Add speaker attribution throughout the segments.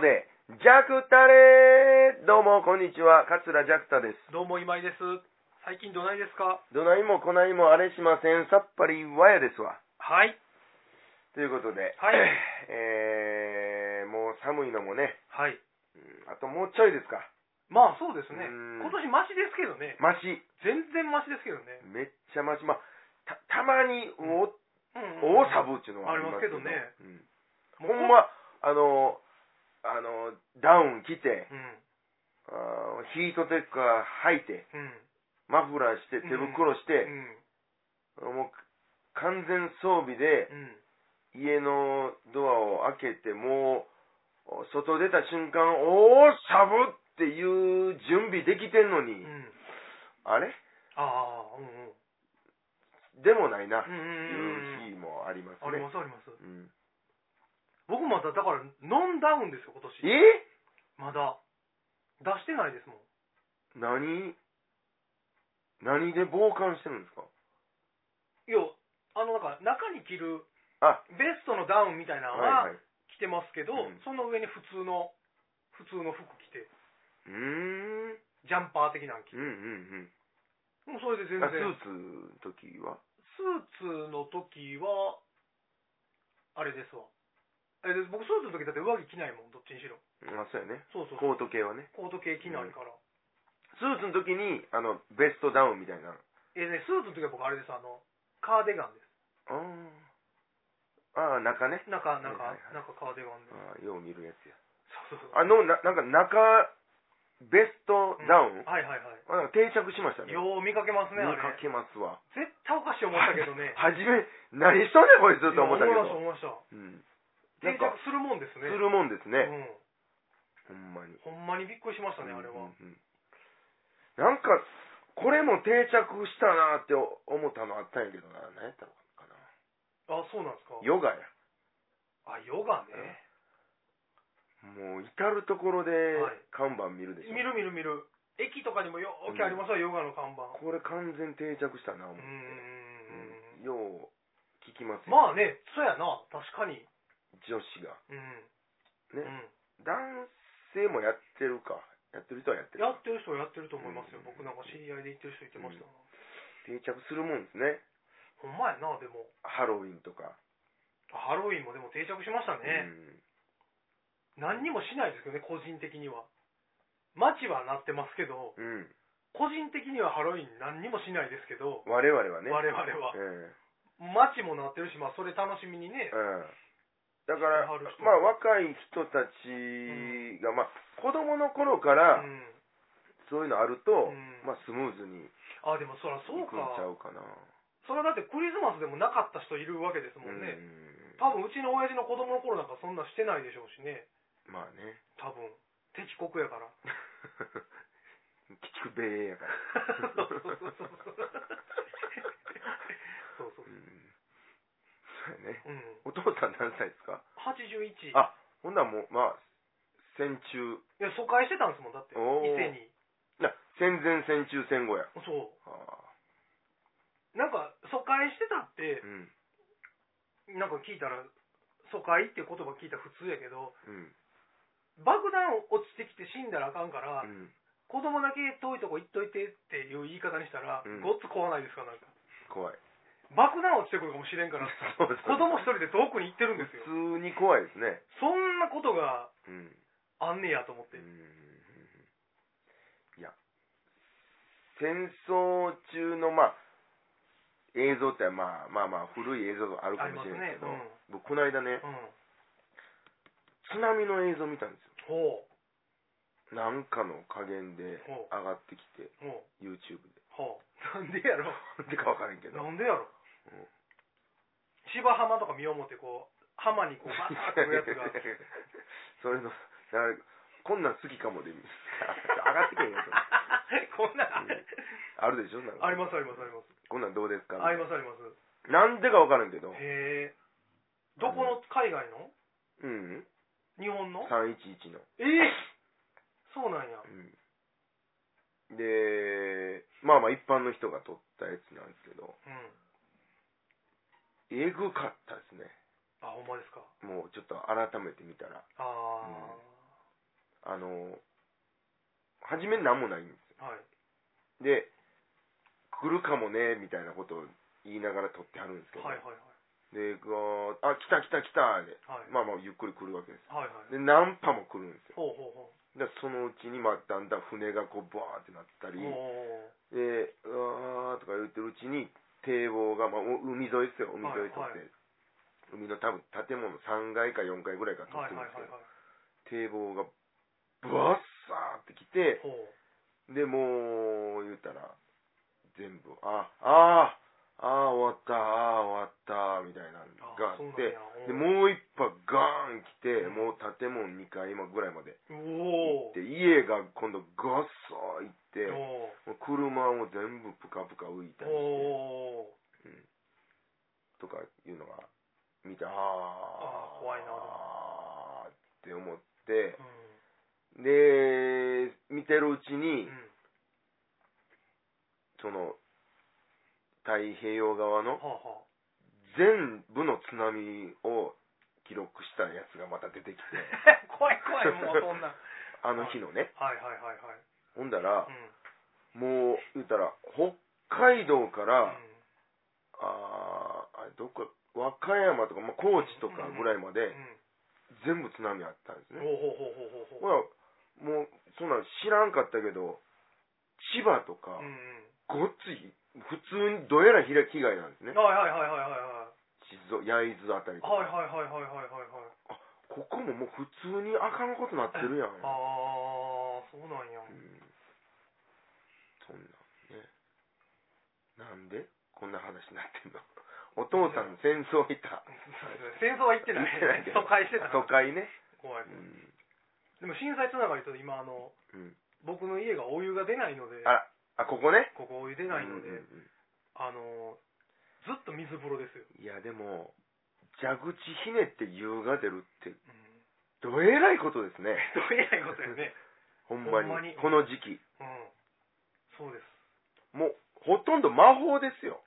Speaker 1: ジャクタレーどうも、こんにちは。桂ジャクタです。
Speaker 2: どうも今井です。最近どないですか
Speaker 1: どないもこないもあれしません。さっぱりわやですわ。
Speaker 2: はい。
Speaker 1: ということで、
Speaker 2: はい
Speaker 1: えー、もう寒いのもね、
Speaker 2: はい。
Speaker 1: うんあともうちょいですか。
Speaker 2: まあそうですね。今
Speaker 1: うん
Speaker 2: 年マシですけどね。
Speaker 1: マシ。
Speaker 2: 全然マシですけどね。
Speaker 1: めっちゃマシ。まあ、た、たまに
Speaker 2: う
Speaker 1: お、
Speaker 2: ん
Speaker 1: 大サブっていうのはありますけど。
Speaker 2: あります
Speaker 1: うんほんま、あの、あの、ダウン着て、
Speaker 2: うん。
Speaker 1: あーヒートテックが履いて、
Speaker 2: うん。
Speaker 1: マフラーして、手袋して、もう完全装備で、
Speaker 2: うん。うん。
Speaker 1: 家のドアを開けて、もう、外出た瞬間、おー、サブっていう準備できてんのに、
Speaker 2: うん。
Speaker 1: あれ
Speaker 2: ああ、うんうん。
Speaker 1: でもないな、って
Speaker 2: うんうんうん。
Speaker 1: いう日もあります
Speaker 2: あり
Speaker 1: ね。
Speaker 2: ますあります。
Speaker 1: うん
Speaker 2: 僕まだだからノンダウンですよ、今年。
Speaker 1: え
Speaker 2: まだ。出してないですもん。
Speaker 1: 何何で防寒してるんですか
Speaker 2: いや、あのなんか中に着る
Speaker 1: あ
Speaker 2: ベストのダウンみたいなのは
Speaker 1: はい。
Speaker 2: 着てますけど、
Speaker 1: うん
Speaker 2: その上に普通の、普通の服着て、
Speaker 1: うーん。
Speaker 2: ジャンパー的なの着て
Speaker 1: うん
Speaker 2: も
Speaker 1: うん
Speaker 2: うそれで全
Speaker 1: うん。あ
Speaker 2: 然
Speaker 1: スーツの時は
Speaker 2: スーツの時はあれですわえで僕スーツの時だって上着着ないもんどっちにしろ
Speaker 1: あ、そうやね。
Speaker 2: そうそう
Speaker 1: コート系はね。
Speaker 2: コート系着ないから、
Speaker 1: スーツの時に、あの、ベストダウンみたいな。
Speaker 2: えねスーツの時は僕あれですあのカーディガンで
Speaker 1: あーあー、中ね。
Speaker 2: す中中、
Speaker 1: はいはいはい
Speaker 2: 中カーディガンで
Speaker 1: ああ、よう見るやつや。
Speaker 2: そうそうそう
Speaker 1: あの、ななんか中、ベストダウ
Speaker 2: うん
Speaker 1: ン、
Speaker 2: はいはいは
Speaker 1: あなんか定着しました
Speaker 2: い
Speaker 1: ね。
Speaker 2: よう見かけます
Speaker 1: 見
Speaker 2: ねあれ
Speaker 1: かけますわ。
Speaker 2: 絶対おかしい思ったけどね
Speaker 1: はじめ、何しとんねんこいつと思ったけ
Speaker 2: いや
Speaker 1: ど。
Speaker 2: 思いました思いました
Speaker 1: うん。な
Speaker 2: 定
Speaker 1: んか
Speaker 2: 着するもんです
Speaker 1: す
Speaker 2: ね
Speaker 1: るもんですね。ほんまに。
Speaker 2: うん、ほんまにびっくりしましたねあれ
Speaker 1: うん
Speaker 2: は、
Speaker 1: うんうんなんか、これも定着したなって思ったのあったんやけどな。何やったのかな。
Speaker 2: あそうなんですか
Speaker 1: ヨガや。
Speaker 2: あヨガね、
Speaker 1: もう、至るところで
Speaker 2: はい
Speaker 1: 看板見るでしょ。
Speaker 2: 見る見る見る駅とかにもよーきありますわ、ヨガの看板
Speaker 1: これ完全定着したな、思
Speaker 2: う
Speaker 1: っ
Speaker 2: ー
Speaker 1: て。うんんよう聞きますよ。
Speaker 2: まあね、そうやな、確かに。
Speaker 1: 女子が。
Speaker 2: うん。
Speaker 1: ね
Speaker 2: うん
Speaker 1: 男性もやってるか。やってる人はやってる
Speaker 2: や
Speaker 1: か。
Speaker 2: ってる人はやってると思いますよ。
Speaker 1: うん
Speaker 2: 僕なんか知り合いで行ってる人いてましたな。
Speaker 1: 定着するもんですね。
Speaker 2: ほんまやな、でも。
Speaker 1: ハロウィンとか。
Speaker 2: ハロウィンもでも定着しましたね。何にもしないですけどね、個人的には。街はなってますけど、
Speaker 1: うん。うん。
Speaker 2: 個人的にはハロウィン何にもしないですけど、
Speaker 1: 我々はね。
Speaker 2: 我々は
Speaker 1: え。
Speaker 2: 街もなってるし、まあそれ楽しみにね
Speaker 1: え。うん。だから、
Speaker 2: ハロウィン
Speaker 1: まあ若い人たちが、まあ子供の頃から
Speaker 2: うん。
Speaker 1: そういうのあると、
Speaker 2: うん
Speaker 1: まあスムーズにい
Speaker 2: あ、でもそらそう
Speaker 1: くんちゃ
Speaker 2: か。
Speaker 1: うかな。
Speaker 2: それはだってクリスマスでもなかった人いるわけですもんね。
Speaker 1: うん
Speaker 2: 多分うちの親父の子供の頃なんかそんなしてないでしょうしね。
Speaker 1: まあね。
Speaker 2: 多分敵国やから
Speaker 1: 鬼畜米やから。
Speaker 2: そうそうそうそうそうそう
Speaker 1: うん。そうやね。
Speaker 2: うん
Speaker 1: お父さん何歳ですか
Speaker 2: 81い
Speaker 1: あほんならもう、まあ、戦中。
Speaker 2: や疎開してたんですもんだって
Speaker 1: おー
Speaker 2: 伊勢に
Speaker 1: いや、戦前、戦中、戦後や。
Speaker 2: そ
Speaker 1: あ
Speaker 2: うなんか疎開してたって
Speaker 1: ーうん。
Speaker 2: なんか聞いたら疎開っていう言葉聞いたら普通やけど
Speaker 1: うん。
Speaker 2: 爆弾落ちてきて死んだらあかんから、
Speaker 1: うん。
Speaker 2: 子供だけ遠いとこ行っといてっていう言い方にしたら、
Speaker 1: うん
Speaker 2: ごっつ怖ないですかなんか
Speaker 1: 怖い。
Speaker 2: 爆弾落ちてくるかもしれんから
Speaker 1: そう
Speaker 2: 子供一人で遠くに行ってるんですよ
Speaker 1: 普通に怖いですね。
Speaker 2: そんなことが
Speaker 1: うん。
Speaker 2: あんねやと思って
Speaker 1: いや、戦争中の、まあ、映像って、まあまあまあ、古い映像があるか
Speaker 2: あり
Speaker 1: も
Speaker 2: ま
Speaker 1: し
Speaker 2: す
Speaker 1: れない
Speaker 2: ね
Speaker 1: け。
Speaker 2: う
Speaker 1: ど、
Speaker 2: ん。
Speaker 1: 僕、この間ね、
Speaker 2: うん。
Speaker 1: 津波の映像見たんです
Speaker 2: ほ
Speaker 1: よ。なんかの加減で
Speaker 2: ほ
Speaker 1: 上がってきて、
Speaker 2: う。ほ
Speaker 1: YouTube で。
Speaker 2: う。ほう。なんでやろ。
Speaker 1: なんでかわからんけど。
Speaker 2: なんでやろ
Speaker 1: うん。
Speaker 2: 芝浜とか見よう思って、こう、浜にこう、バーッとくやつが。
Speaker 1: それの、なんかこんなん好きかもで、上がってけへんやつ。
Speaker 2: こんなん、
Speaker 1: あるでしょなんか
Speaker 2: ありますありますあります。
Speaker 1: こんなんどうですか
Speaker 2: ありますあります。
Speaker 1: なんでかわからんけど。
Speaker 2: へえ。どこの、海外の
Speaker 1: うん。
Speaker 2: 日本の
Speaker 1: 311の。
Speaker 2: ええそうなんや。
Speaker 1: うん。で、まあまあ一般の人が撮ったやつなんですけど、
Speaker 2: うん。
Speaker 1: えぐかったですね。
Speaker 2: あ、ほんまですか。
Speaker 1: もうちょっと改めて見たら。
Speaker 2: あー。
Speaker 1: あの、初め何もないんです
Speaker 2: はい。
Speaker 1: よ。で、来るかもね、みたいなことを言いながら撮ってはるんですけど、
Speaker 2: はいはいはい。
Speaker 1: で、こう、あ、来た来た来た、で、
Speaker 2: はい。
Speaker 1: まあまあゆっくり来るわけです
Speaker 2: はいはい。
Speaker 1: で何波も来るんですよ
Speaker 2: ほうほうほ
Speaker 1: だからそのうちにまあだんだん船がこうバーってなった
Speaker 2: う。
Speaker 1: り
Speaker 2: おお。
Speaker 1: でうわーとか言ってるうちに堤防が、まあ、お海沿いですよ海沿いとって、
Speaker 2: はいは
Speaker 1: 海の多分建物3階か4階ぐらいから
Speaker 2: はい
Speaker 1: 撮っ
Speaker 2: はい
Speaker 1: て
Speaker 2: はい
Speaker 1: るんですけど、
Speaker 2: はい。
Speaker 1: 堤防がバッサーって来て
Speaker 2: ほう。
Speaker 1: でもう言うたら全部あああーあー終わったああー終わったみたいなの
Speaker 2: あ
Speaker 1: があっ
Speaker 2: そうなん
Speaker 1: て
Speaker 2: やおう
Speaker 1: でもう一波ガーン来てもう建物2階今ぐらいまで
Speaker 2: おお。
Speaker 1: で家が今度ガッサー行って
Speaker 2: お
Speaker 1: もう車も全部プカプカ浮い
Speaker 2: お。
Speaker 1: たりして、
Speaker 2: おお。
Speaker 1: うん、とかいうのが見てあ
Speaker 2: あ
Speaker 1: あ
Speaker 2: ー怖いな
Speaker 1: あーって思って
Speaker 2: う
Speaker 1: で見てるうち
Speaker 2: ん。
Speaker 1: に
Speaker 2: うん。
Speaker 1: その太平洋側の
Speaker 2: はあはあ。
Speaker 1: 全部の津波を記録したやつがまた出てきて
Speaker 2: 怖い怖いもうそんな。
Speaker 1: あの日のね
Speaker 2: はいはいはいはい。
Speaker 1: ほんだら
Speaker 2: うん。
Speaker 1: もう言ったら北海道から、
Speaker 2: うん
Speaker 1: あーあれどっか和歌山とか、まあ、高知とかぐらいまで
Speaker 2: うん。
Speaker 1: 全部津波あったんです
Speaker 2: ほう
Speaker 1: ね、
Speaker 2: ほうほうほうほ
Speaker 1: ほ
Speaker 2: うほう。
Speaker 1: らもうそんなの知らんかったけど千葉とか
Speaker 2: うんう
Speaker 1: ごっつい普通にどえらい被害なんですね
Speaker 2: ん。はいはいはいはいはいはい。
Speaker 1: 静岡焼津あたりとか、
Speaker 2: はいはいはいはいはいはいはい。
Speaker 1: ここももう普通にあかんことなってるやん、
Speaker 2: ああ、そうなんや。
Speaker 1: うんそんなんねなんでこんな話になってんの お父さん戦争いた
Speaker 2: 戦争は行ってない。
Speaker 1: 行ってないけど
Speaker 2: 疎開してた
Speaker 1: 都
Speaker 2: な。
Speaker 1: 会ね。
Speaker 2: 怖いう
Speaker 1: ん、
Speaker 2: でも震災つながりと今あの、
Speaker 1: うん、
Speaker 2: 僕の家がお湯が出ないので、
Speaker 1: あらあここね
Speaker 2: ここお湯出ないの
Speaker 1: うんうん
Speaker 2: で、
Speaker 1: うん
Speaker 2: あの、ずっと水風呂ですよ。
Speaker 1: いやでも蛇口ひねって湯が出るって
Speaker 2: うん。
Speaker 1: どえらいことですね
Speaker 2: どうえないことよ ね。
Speaker 1: ほんまに
Speaker 2: ほんまに
Speaker 1: この時期
Speaker 2: うん。そうです。
Speaker 1: もうほとんど魔法ですよ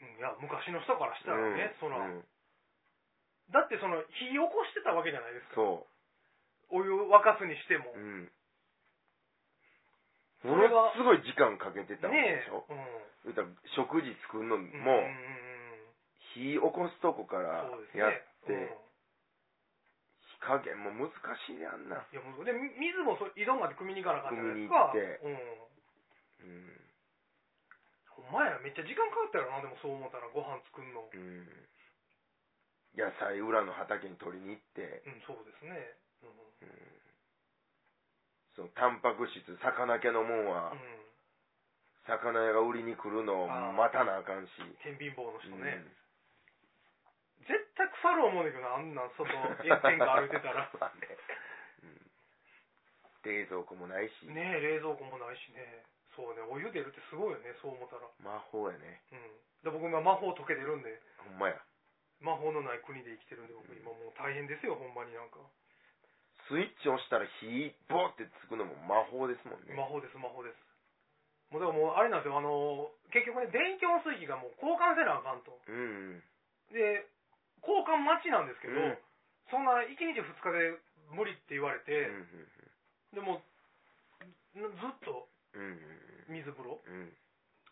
Speaker 2: うんいや、昔の人からしたらね、
Speaker 1: う
Speaker 2: そ
Speaker 1: ん
Speaker 2: ら、
Speaker 1: うん
Speaker 2: だってその、火起こしてたわけじゃないですか。
Speaker 1: そ
Speaker 2: お湯を沸かすにしても
Speaker 1: う、う。ん
Speaker 2: そ
Speaker 1: も
Speaker 2: れ
Speaker 1: の
Speaker 2: は
Speaker 1: すごい時間かけてたわけ
Speaker 2: ね
Speaker 1: でし
Speaker 2: え。
Speaker 1: ょ、
Speaker 2: うん。
Speaker 1: 言うたら食事作るのも
Speaker 2: うんんん
Speaker 1: 火起こすとこから
Speaker 2: そうですね
Speaker 1: やって、
Speaker 2: うん
Speaker 1: 火加減も難しいやんな、
Speaker 2: いやもうでみ水もそう井戸まで汲みに行かなかったじゃないですかう
Speaker 1: 汲みに行ってうん
Speaker 2: んお前らめっちゃ時間かかったよなでもそう思ったらご飯作んのう
Speaker 1: うん、野菜裏の畑に取りに行って、
Speaker 2: んそうですねうん
Speaker 1: うん、そのタンパク質魚系のもんは、
Speaker 2: うん
Speaker 1: 魚屋が売りに来るのを
Speaker 2: あー
Speaker 1: 待たなあかんし、
Speaker 2: 天秤棒の人
Speaker 1: うん
Speaker 2: ね、絶対腐る思うねんだけどなあんなん外炎天下歩いてた ら
Speaker 1: まあねうん冷蔵庫もないし、
Speaker 2: ねえ冷蔵庫もないしねそうねお湯出るってすごいよねそう思ったら
Speaker 1: 魔法やね
Speaker 2: うんで僕今魔法解けてるんで
Speaker 1: ほんまや
Speaker 2: 魔法のない国で生きてるんで僕今もう大変ですよほんまになんか
Speaker 1: スイッチ押したら火ボーってつくのも魔法ですもんね
Speaker 2: 魔法です魔法ですもうだからもうあれなんですよあの結局ね電気温水器がもう交換せなあかんと
Speaker 1: うん
Speaker 2: で交換待ちなんですけど、
Speaker 1: うん
Speaker 2: そんな1日2日で無理って言われ
Speaker 1: うん
Speaker 2: て、でもずっと
Speaker 1: うんうん
Speaker 2: 水風呂
Speaker 1: うんう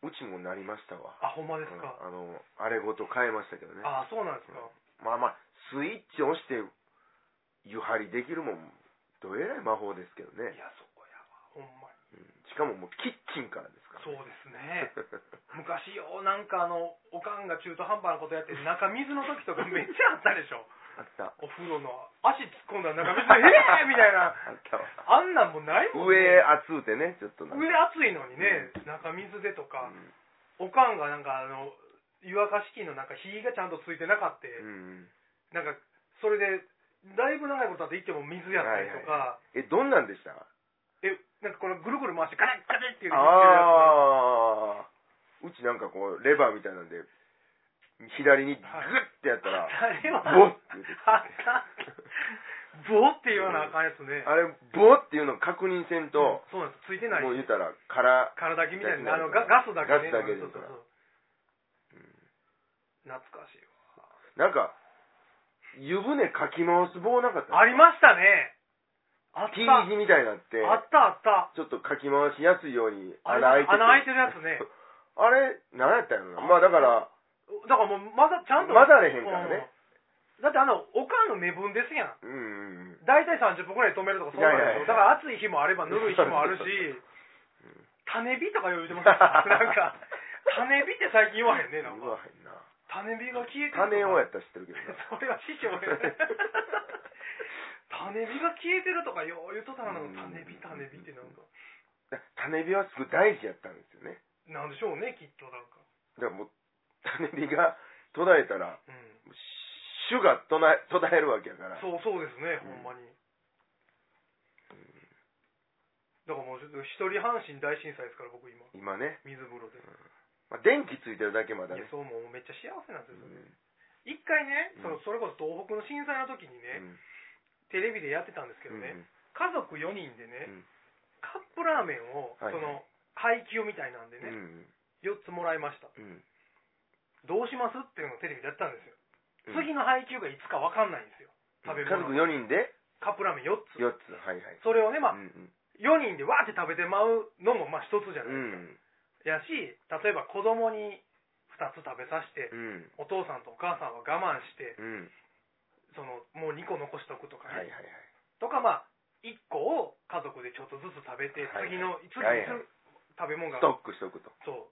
Speaker 1: んうちもなりましたわ
Speaker 2: あほんまですか、
Speaker 1: うんあのあれごと変えましたけどね
Speaker 2: あそうなんですか、
Speaker 1: まあまあスイッチ押して湯張りできるもんどえらい魔法ですけど
Speaker 2: い
Speaker 1: ね、
Speaker 2: やそこやわほんまに
Speaker 1: うんしかももうキッチンからですから
Speaker 2: そうですね
Speaker 1: う
Speaker 2: 昔よなんかあのおかんが中途半端なことやって中水の時とかめっちゃあったでしょ
Speaker 1: あった
Speaker 2: お風呂の足突っ込んだら中水で「ええー!」みたいな
Speaker 1: あったわ
Speaker 2: あんなんもうないもん、
Speaker 1: 上熱うてねちょっとなんか
Speaker 2: 上暑いのにね、中水でとか、おかんがなんかあの、湯沸かし器のなんか火がちゃんとついてなかって、
Speaker 1: うんうん
Speaker 2: なんか、それで、だいぶ長いことあって行っても水やったりとか、
Speaker 1: えどんなんでした
Speaker 2: え、なんかこのぐるぐる回してガチャッガチャッっていうのやつ
Speaker 1: ああうちなんかこうレバーみたいなんで左にグッてやったら、
Speaker 2: あれは、
Speaker 1: ボッて言うて
Speaker 2: あかんボって言わなあかんやつね。
Speaker 1: あれボっていうの確認せんと、
Speaker 2: そうなんです。ついてない。
Speaker 1: もう言うたら空
Speaker 2: 体だけみたいな、あの、
Speaker 1: ガ
Speaker 2: ガガ
Speaker 1: ガ
Speaker 2: ス
Speaker 1: スだ
Speaker 2: だ
Speaker 1: け
Speaker 2: け
Speaker 1: ね
Speaker 2: ね。そうそうそう懐
Speaker 1: ガスだけですから
Speaker 2: かしい
Speaker 1: なんか湯船かき回す棒なかった
Speaker 2: わ。ありましたね。あっ
Speaker 1: T
Speaker 2: た。
Speaker 1: 字みたいになって、
Speaker 2: あったあった。
Speaker 1: ちょっとかき回しやすいように
Speaker 2: あ
Speaker 1: 穴
Speaker 2: れ
Speaker 1: 開いてて
Speaker 2: 穴開いてるやつね。
Speaker 1: あれ、何やったんやろな。まあだから、
Speaker 2: だからもう、まだ、ちゃんと。
Speaker 1: 混ざれへんからね
Speaker 2: うん。だってあの、おかんの目分ですやん。
Speaker 1: うんうんうん。
Speaker 2: 大体30分くらいで止めるとかそうなんですよ。
Speaker 1: いやいやいや
Speaker 2: だから暑い日もあればぬるい日もあ るし、種火とか言うてますよなんか、種火って最近言わへんね、なん
Speaker 1: 言わ
Speaker 2: か。
Speaker 1: へんな。
Speaker 2: 種火が消えてるとか。
Speaker 1: 種をやったら知ってるけどな。
Speaker 2: それは師匠や。種火が消えてるとかよう言うとったな、なんか種火、種火ってなんか。
Speaker 1: 種火はすごい大事やったんですよね。
Speaker 2: なんでしょうね、きっとなんか。
Speaker 1: だからもう、種火が途絶えたら、
Speaker 2: うん。
Speaker 1: 種が途絶え途絶えるわけやから。
Speaker 2: そうそうですね、
Speaker 1: うん
Speaker 2: ほんまに。だからもうちょっと一人阪神大震災ですから僕今
Speaker 1: 今ね、
Speaker 2: 水風呂で、
Speaker 1: まあ、電気ついてるだけまだ
Speaker 2: いや
Speaker 1: ね。
Speaker 2: そうもうめっちゃ幸せなんです
Speaker 1: う
Speaker 2: よ、
Speaker 1: ん
Speaker 2: それ一回ね
Speaker 1: うん
Speaker 2: そのそれこそ東北の震災の時にね、テレビでやってたんですけ
Speaker 1: う
Speaker 2: ど
Speaker 1: ん
Speaker 2: ね、家族4人でね、
Speaker 1: うん
Speaker 2: カップラーメンを
Speaker 1: はい
Speaker 2: その配給みたいなんで
Speaker 1: うん
Speaker 2: ね、4つもらいました
Speaker 1: うんうん
Speaker 2: どうしますっていうのをテレビでやってたんですよ、
Speaker 1: うん
Speaker 2: 次の配給がいつか分かんないんですよ食べ
Speaker 1: 家族
Speaker 2: 物
Speaker 1: 4人で
Speaker 2: カップラーメン4つ
Speaker 1: 4つ。はいはい。
Speaker 2: それをねまあ
Speaker 1: うんうん
Speaker 2: 4人でわーって食べてまうのもまあ一つじゃ
Speaker 1: う
Speaker 2: ないですか、
Speaker 1: ん
Speaker 2: やし例えば子供に2つ食べさせて、
Speaker 1: うん
Speaker 2: お父さんとお母さんは我慢して
Speaker 1: うん。
Speaker 2: そのもう2個残しとくとか
Speaker 1: はいはい
Speaker 2: ね、
Speaker 1: はい。
Speaker 2: とかまあ1個を家族でちょっとずつ食べて、
Speaker 1: はいはい
Speaker 2: 次の次
Speaker 1: はい
Speaker 2: の
Speaker 1: はい
Speaker 2: 食べ物
Speaker 1: ス
Speaker 2: が、
Speaker 1: トックしとくと。
Speaker 2: そう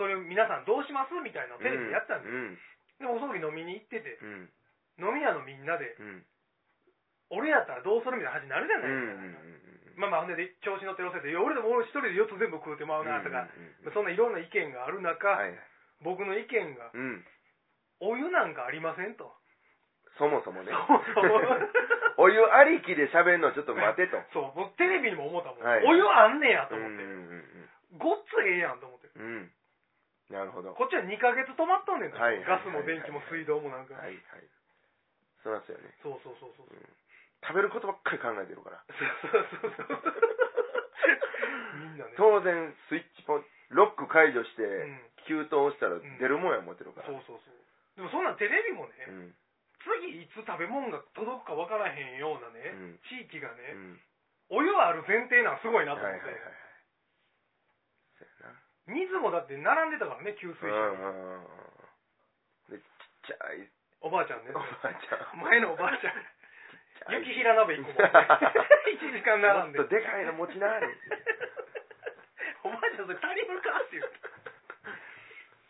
Speaker 2: それを皆さんどうしますみたいなのをテレビでやったん
Speaker 1: う
Speaker 2: です、
Speaker 1: ん
Speaker 2: でもその時飲みに行ってて
Speaker 1: うん
Speaker 2: 飲み屋のみんなで
Speaker 1: うんうん
Speaker 2: 俺やったらどうするみたいな話になるじゃ
Speaker 1: う
Speaker 2: なんいですか、
Speaker 1: う
Speaker 2: ま
Speaker 1: ん
Speaker 2: あまあほんで調子乗ってるおせいでいや俺でも俺一人で4つ全部食うてまうなとか、
Speaker 1: うんうんうん
Speaker 2: そんないろんな意見がある中、
Speaker 1: はいはい
Speaker 2: 僕の意見が、
Speaker 1: うん
Speaker 2: お湯なんかありませんと。
Speaker 1: そもそもね
Speaker 2: そうそう
Speaker 1: お湯ありきで喋るのちょっと待てと
Speaker 2: そう、僕テレビにも思ったもん。
Speaker 1: はい
Speaker 2: お湯あんねやと
Speaker 1: うん
Speaker 2: 思っ
Speaker 1: うん
Speaker 2: て。ごっつええやんと思って。
Speaker 1: うんうんなるほどは
Speaker 2: こっちは2ヶ月止まっとんねんと
Speaker 1: はい
Speaker 2: ガスも電気も
Speaker 1: はい
Speaker 2: 水道もなん
Speaker 1: い
Speaker 2: か。
Speaker 1: はいそうなんですよね
Speaker 2: そうそうそう そう。
Speaker 1: 食べることばっかり考えてるから
Speaker 2: そうそうそう。みんなね。
Speaker 1: 当然スイッチポンロック解除して
Speaker 2: うん
Speaker 1: 給湯したら出るもんや思ってるか
Speaker 2: そ
Speaker 1: ら
Speaker 2: うそうそう。でもそんなんテレビも
Speaker 1: う
Speaker 2: ね、
Speaker 1: ん
Speaker 2: 次いつ食べ物が届くかわからへんような
Speaker 1: う
Speaker 2: ね、
Speaker 1: ん
Speaker 2: 地域が
Speaker 1: う
Speaker 2: ね、
Speaker 1: ん
Speaker 2: お湯ある前提なんすごいな
Speaker 1: は
Speaker 2: と
Speaker 1: いは
Speaker 2: 思って
Speaker 1: いはいはい。そ
Speaker 2: 水も
Speaker 1: うやな
Speaker 2: だって並んでたからね、給水車に。
Speaker 1: でちっちゃい
Speaker 2: おばあちゃんね
Speaker 1: お。ばあちゃん
Speaker 2: 前のおばあちゃん。
Speaker 1: ちっちゃい
Speaker 2: 雪平鍋1個も。1時間並んで。
Speaker 1: もっとでかいの持ちな
Speaker 2: おばあちゃん、それ足りるかって言って。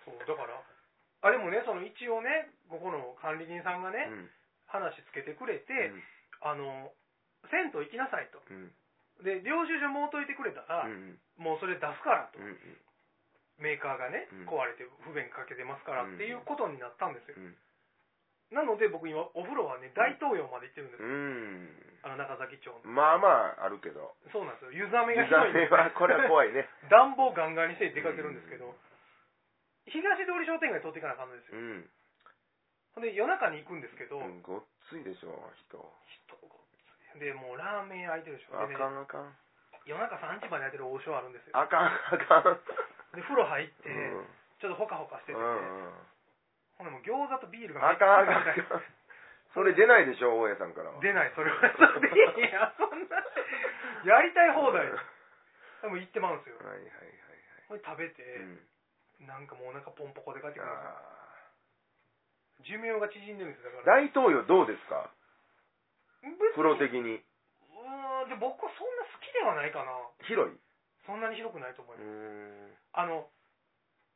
Speaker 2: そう、だから。あ、でもね、その一応ね、ここの管理人さんがね、
Speaker 1: うん
Speaker 2: 話つけてくれて、あの、銭湯行きなさいと。
Speaker 1: うんうん
Speaker 2: で、領収書もうといてくれたら、
Speaker 1: うん
Speaker 2: もうそれ出すからと
Speaker 1: う。んうん
Speaker 2: メーカーがね
Speaker 1: うん、
Speaker 2: 壊れて不便かけてますからっていうことになったんですよ。
Speaker 1: うん
Speaker 2: なので僕今、お風呂はね、大東洋まで行ってるんですよ。あ
Speaker 1: う
Speaker 2: の、中崎町の。
Speaker 1: んまあまああるけど
Speaker 2: そうなんですよ。湯冷め
Speaker 1: 湯
Speaker 2: が
Speaker 1: 冷
Speaker 2: ひどいんで
Speaker 1: めはこれは怖いね
Speaker 2: 暖房ガンガンにして出かけるんですけど、東通り商店街通っていかなあかんのです
Speaker 1: う
Speaker 2: よ。
Speaker 1: ん、
Speaker 2: ほんで、夜中に行くんですけど、
Speaker 1: うん、ごっついでしょ人
Speaker 2: 人がで、もうラーメン開いてるでしょ。
Speaker 1: あ
Speaker 2: でね
Speaker 1: か、んあかん
Speaker 2: 夜中3時まで開いてる王将あるんですよ。
Speaker 1: あかんあかん
Speaker 2: で、風呂入って、
Speaker 1: うん
Speaker 2: ちょっとほかほかしてて、
Speaker 1: うんうん
Speaker 2: ほんでもう餃子とビールが
Speaker 1: あかんあかんあ
Speaker 2: めっちゃ
Speaker 1: かんそれ出ないでしょ大家さんからは
Speaker 2: 出ない、それは。そうで いや、そんな、やりたい放題。でも行ってまうんですよ。
Speaker 1: はいはい
Speaker 2: ほ
Speaker 1: はい
Speaker 2: んで食べて、
Speaker 1: はい、うん、
Speaker 2: なんかもうお腹ポンポコで帰ってくるん
Speaker 1: あ
Speaker 2: ですよ寿命が縮んでるんですよ、だ
Speaker 1: ー
Speaker 2: から。
Speaker 1: 大統領どうですか
Speaker 2: 別に
Speaker 1: プロ的に
Speaker 2: うーんで僕はそんな好きではないかな
Speaker 1: 広い
Speaker 2: そんなに広くないと思いうます、
Speaker 1: ん
Speaker 2: あの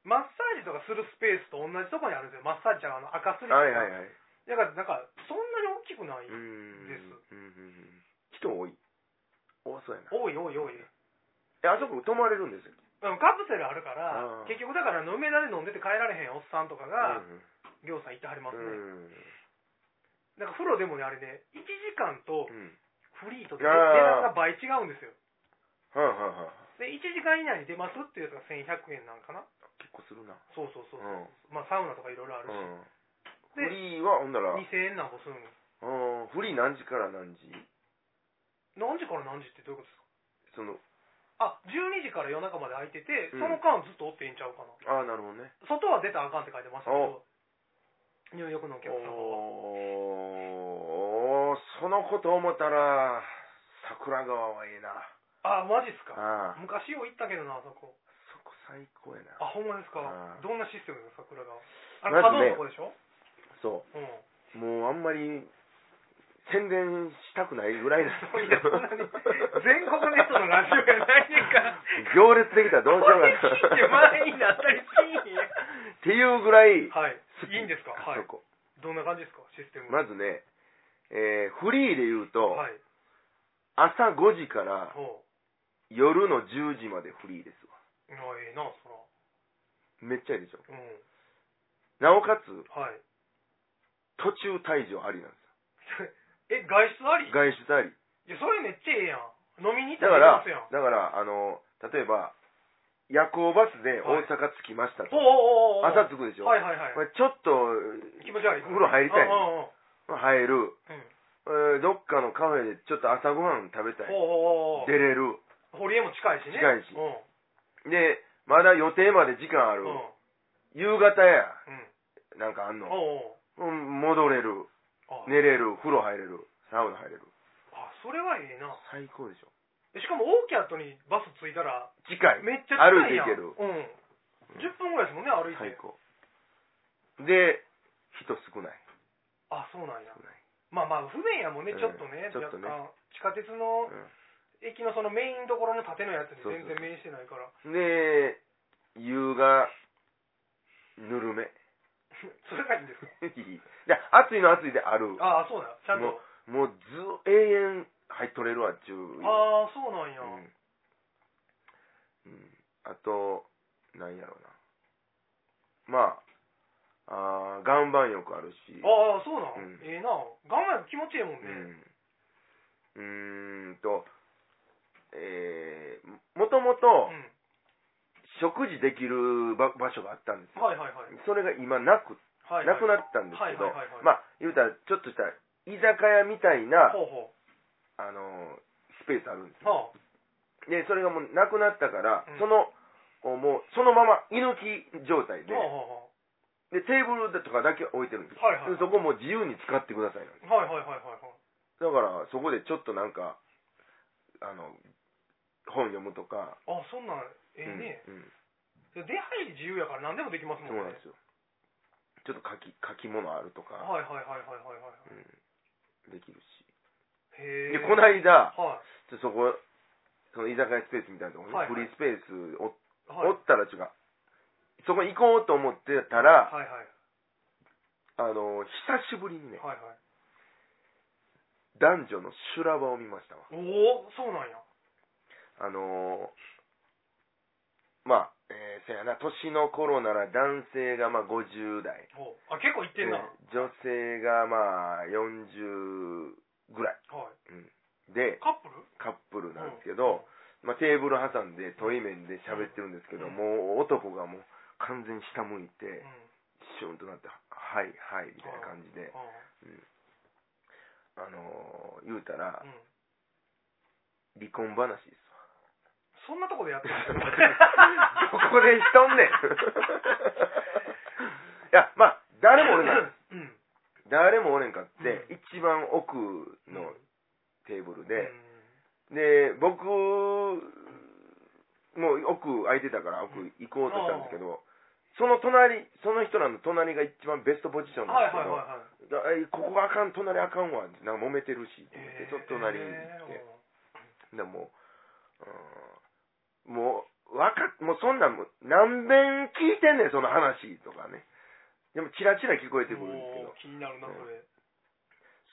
Speaker 2: マッサージとかするスペースと同じとこにあるんですよマッサージじゃんあの赤すりとか、
Speaker 1: はいはいはい
Speaker 2: だからなんかそんなに大きくない、
Speaker 1: うん
Speaker 2: です
Speaker 1: うんうんうん人多い多そうやな
Speaker 2: 多い多い多い
Speaker 1: えあそこ泊まれるんですよ
Speaker 2: あのカプセルあるから
Speaker 1: あー
Speaker 2: 結局だから飲められ飲んでて帰られへんおっさんとかが
Speaker 1: う
Speaker 2: りょうさん行ってはります
Speaker 1: んう
Speaker 2: ね、
Speaker 1: ん
Speaker 2: なんか風呂でもねあれね1時間と
Speaker 1: うん
Speaker 2: フリーとで値段
Speaker 1: あ
Speaker 2: が
Speaker 1: ー
Speaker 2: 倍違うんですよ
Speaker 1: はあはあはあ
Speaker 2: で1時間以内に出ますっていうやつが1100円なんかな
Speaker 1: 結構するな
Speaker 2: そうそうそうう、
Speaker 1: ん
Speaker 2: まあサウナとかいろいろあるし、
Speaker 1: うんフ
Speaker 2: で
Speaker 1: リーはほんなら
Speaker 2: 2000円なんぼするの
Speaker 1: うんフリー何時から何時
Speaker 2: 何時から何時ってどういうことです
Speaker 1: その
Speaker 2: かあ12時から夜中まで空いてて
Speaker 1: うん
Speaker 2: その間ずっとおっていいんちゃうかな、
Speaker 1: ああなるほどね
Speaker 2: 外は出たらあかんって書いてましたけど入浴のお客様は
Speaker 1: おーそのこと思ったら桜川はいいな。
Speaker 2: あ、マジっすか。
Speaker 1: ああ。
Speaker 2: 昔よう行ったけどな、あそこ。
Speaker 1: そこ最高やな。
Speaker 2: あ、ほんまですか
Speaker 1: あ。ー
Speaker 2: どんなシステムですか、桜川。あれ、角のとこで
Speaker 1: まずね
Speaker 2: しょ
Speaker 1: そ
Speaker 2: うん。
Speaker 1: う。もうあんまり、宣伝したくないぐらいな。
Speaker 2: いやそんなに全国ネットのラジオやないねんから
Speaker 1: 行列できたらどうしよ
Speaker 2: こ
Speaker 1: うか
Speaker 2: れ聞いて前になったりしんや
Speaker 1: っていうぐらい、
Speaker 2: はい
Speaker 1: 好。き
Speaker 2: いいんですか
Speaker 1: あ
Speaker 2: はい
Speaker 1: そ。こ。
Speaker 2: どんな感じですかシステム。
Speaker 1: まずね、えーフリーで言うと、
Speaker 2: はい。
Speaker 1: 朝5時から
Speaker 2: ほ
Speaker 1: 夜の10時までフリーですわ。
Speaker 2: う。いや、ええな、そら。
Speaker 1: めっちゃいいでしょ。
Speaker 2: うん。
Speaker 1: なおかつ、
Speaker 2: はい。
Speaker 1: 途中退場ありなんです
Speaker 2: え、外出あり
Speaker 1: よ。外出あり。
Speaker 2: いや、それめっちゃええやん。飲みに行っ
Speaker 1: だ
Speaker 2: た
Speaker 1: からら、
Speaker 2: 行けますやん。
Speaker 1: だから、あの、例えば、夜行バスで大阪着きましたと。
Speaker 2: おうおうおうおう
Speaker 1: 朝着くでしょ。
Speaker 2: はいはいはい。
Speaker 1: まあちょっと、
Speaker 2: 気持ち悪い。
Speaker 1: お風呂入りたい
Speaker 2: うんうんうん
Speaker 1: まあ入る。
Speaker 2: うん。
Speaker 1: えーどっかのカフェでちょっと朝ごはん食べたい。
Speaker 2: おうおうおう
Speaker 1: 出れる。
Speaker 2: 堀江も近いしね。
Speaker 1: 近いし
Speaker 2: うん。
Speaker 1: で、まだ予定まで時間ある。
Speaker 2: うん。
Speaker 1: 夕方や、
Speaker 2: うん。
Speaker 1: なんかあんの。
Speaker 2: おうおう
Speaker 1: うん戻れる。
Speaker 2: あ
Speaker 1: 寝れる。風呂入れる。サウナ入れる。
Speaker 2: あ、それはええな。
Speaker 1: 最高でしょ。
Speaker 2: しかも、大きい後にバス着いたら、
Speaker 1: 次回。
Speaker 2: めっちゃ近いやん。け
Speaker 1: 歩いて行
Speaker 2: る。うん。10分ぐらいですもんね、歩い
Speaker 1: 最
Speaker 2: て。
Speaker 1: 高。で、人少ない。
Speaker 2: あ、そうなんや
Speaker 1: 少。ない。
Speaker 2: まあまあ、不便やもんね、
Speaker 1: うん
Speaker 2: ちょっとね。
Speaker 1: ちょっとね
Speaker 2: 若干、地下鉄の駅のそのメインどころの縦のやつに
Speaker 1: そうそう
Speaker 2: 全然面してないから。
Speaker 1: うんで、夕が、ぬるめ。
Speaker 2: それがいいんですか
Speaker 1: で 暑いのは暑いである。
Speaker 2: ああ、そうだよ。ちゃんと。
Speaker 1: もうず、永遠入っとれるわっちゅう。
Speaker 2: ああ、そうなんや。
Speaker 1: うん。うん。あと、なんやろうな。まあ、あー岩盤浴あるし。
Speaker 2: ああ、そうなん。
Speaker 1: うん
Speaker 2: ええな。我慢気持ちええもん
Speaker 1: う
Speaker 2: ね。
Speaker 1: ん。うーんと、えー、もともと
Speaker 2: うん。
Speaker 1: 食事できる場場所があったんですよ。
Speaker 2: はいはいはい。
Speaker 1: それが今なく、
Speaker 2: はいはい、
Speaker 1: なくなったんですけど
Speaker 2: はいはいはいはい、
Speaker 1: まあ、言うたら、ちょっとした居酒屋みたいな、
Speaker 2: ほうほ
Speaker 1: あの、スペースあるんです
Speaker 2: う。は
Speaker 1: で、それがもうなくなったから、
Speaker 2: うん
Speaker 1: その、おもう、そのまま、居抜き状態
Speaker 2: あ。
Speaker 1: で、
Speaker 2: はあは
Speaker 1: で、テーブルだとかだけ置いてるんですよ。
Speaker 2: はいはいはい
Speaker 1: でそこもう自由に使ってくださいなんです
Speaker 2: あはあ。はいはいはいはいはい。
Speaker 1: だから、そこでちょっとなんか、あの、本読むとか、
Speaker 2: あ、そんなん、ええね。
Speaker 1: うんうん
Speaker 2: 出入り自由やから何でもできますも
Speaker 1: そ
Speaker 2: ん
Speaker 1: う
Speaker 2: ね。
Speaker 1: なんですよ。ちょっと書き、書き物あるとか、
Speaker 2: はいはいはいはいはいはい。
Speaker 1: うん、できるし。
Speaker 2: へえ。
Speaker 1: で、この
Speaker 2: い。
Speaker 1: 間、
Speaker 2: は
Speaker 1: ちょっとそこ、その居酒屋スペースみたいなところに、
Speaker 2: はいはい
Speaker 1: フリースペースお,、
Speaker 2: い。はい。
Speaker 1: おったら、違う、そこに行こうと思ってたら、
Speaker 2: はいはい。
Speaker 1: あの、久しぶりにね、
Speaker 2: はいはい。
Speaker 1: 男女の修羅場を見ましたわ。
Speaker 2: おお、そうなんや。
Speaker 1: あのーまあ、えー、せやな、年の頃なら男性がまあ50代、
Speaker 2: ほう。あ、結構いってんな。はい。
Speaker 1: で女性がまあ40ぐらいで、
Speaker 2: カップル
Speaker 1: カップルなんですけど、まあ、テーブル挟んで、トイメンで喋ってるんですけど、もう男がもう完全に下向い
Speaker 2: うん。
Speaker 1: て
Speaker 2: う、ん。
Speaker 1: シュンとなって、はい、はい、みたいな感じで、
Speaker 2: う
Speaker 1: あのー言うたら、
Speaker 2: ん。
Speaker 1: 離婚話ですわ。
Speaker 2: そんなとこでやってるんです
Speaker 1: ここでしとんねん。い や、まあ、誰もおれんか、
Speaker 2: うん。うん。
Speaker 1: 誰もおれんかって、
Speaker 2: う
Speaker 1: 一番奥のテーブルで、で、僕、もう奥空いてたから奥行こうとしたんですけど、その隣、その人らの隣が一番ベストポジション
Speaker 2: はい
Speaker 1: なん
Speaker 2: はいはいはい。
Speaker 1: ですけど、あここあかん、隣あかんわ、なんか揉めてるし、って言っ
Speaker 2: え
Speaker 1: てちょっと隣に行って。でもう、うん、もう、わかっもうそんなんもう、何遍聞いてんねん、その話とかね。でも、チラチラ聞こえてくるんですけ
Speaker 2: 気
Speaker 1: ど、
Speaker 2: になるな、それ。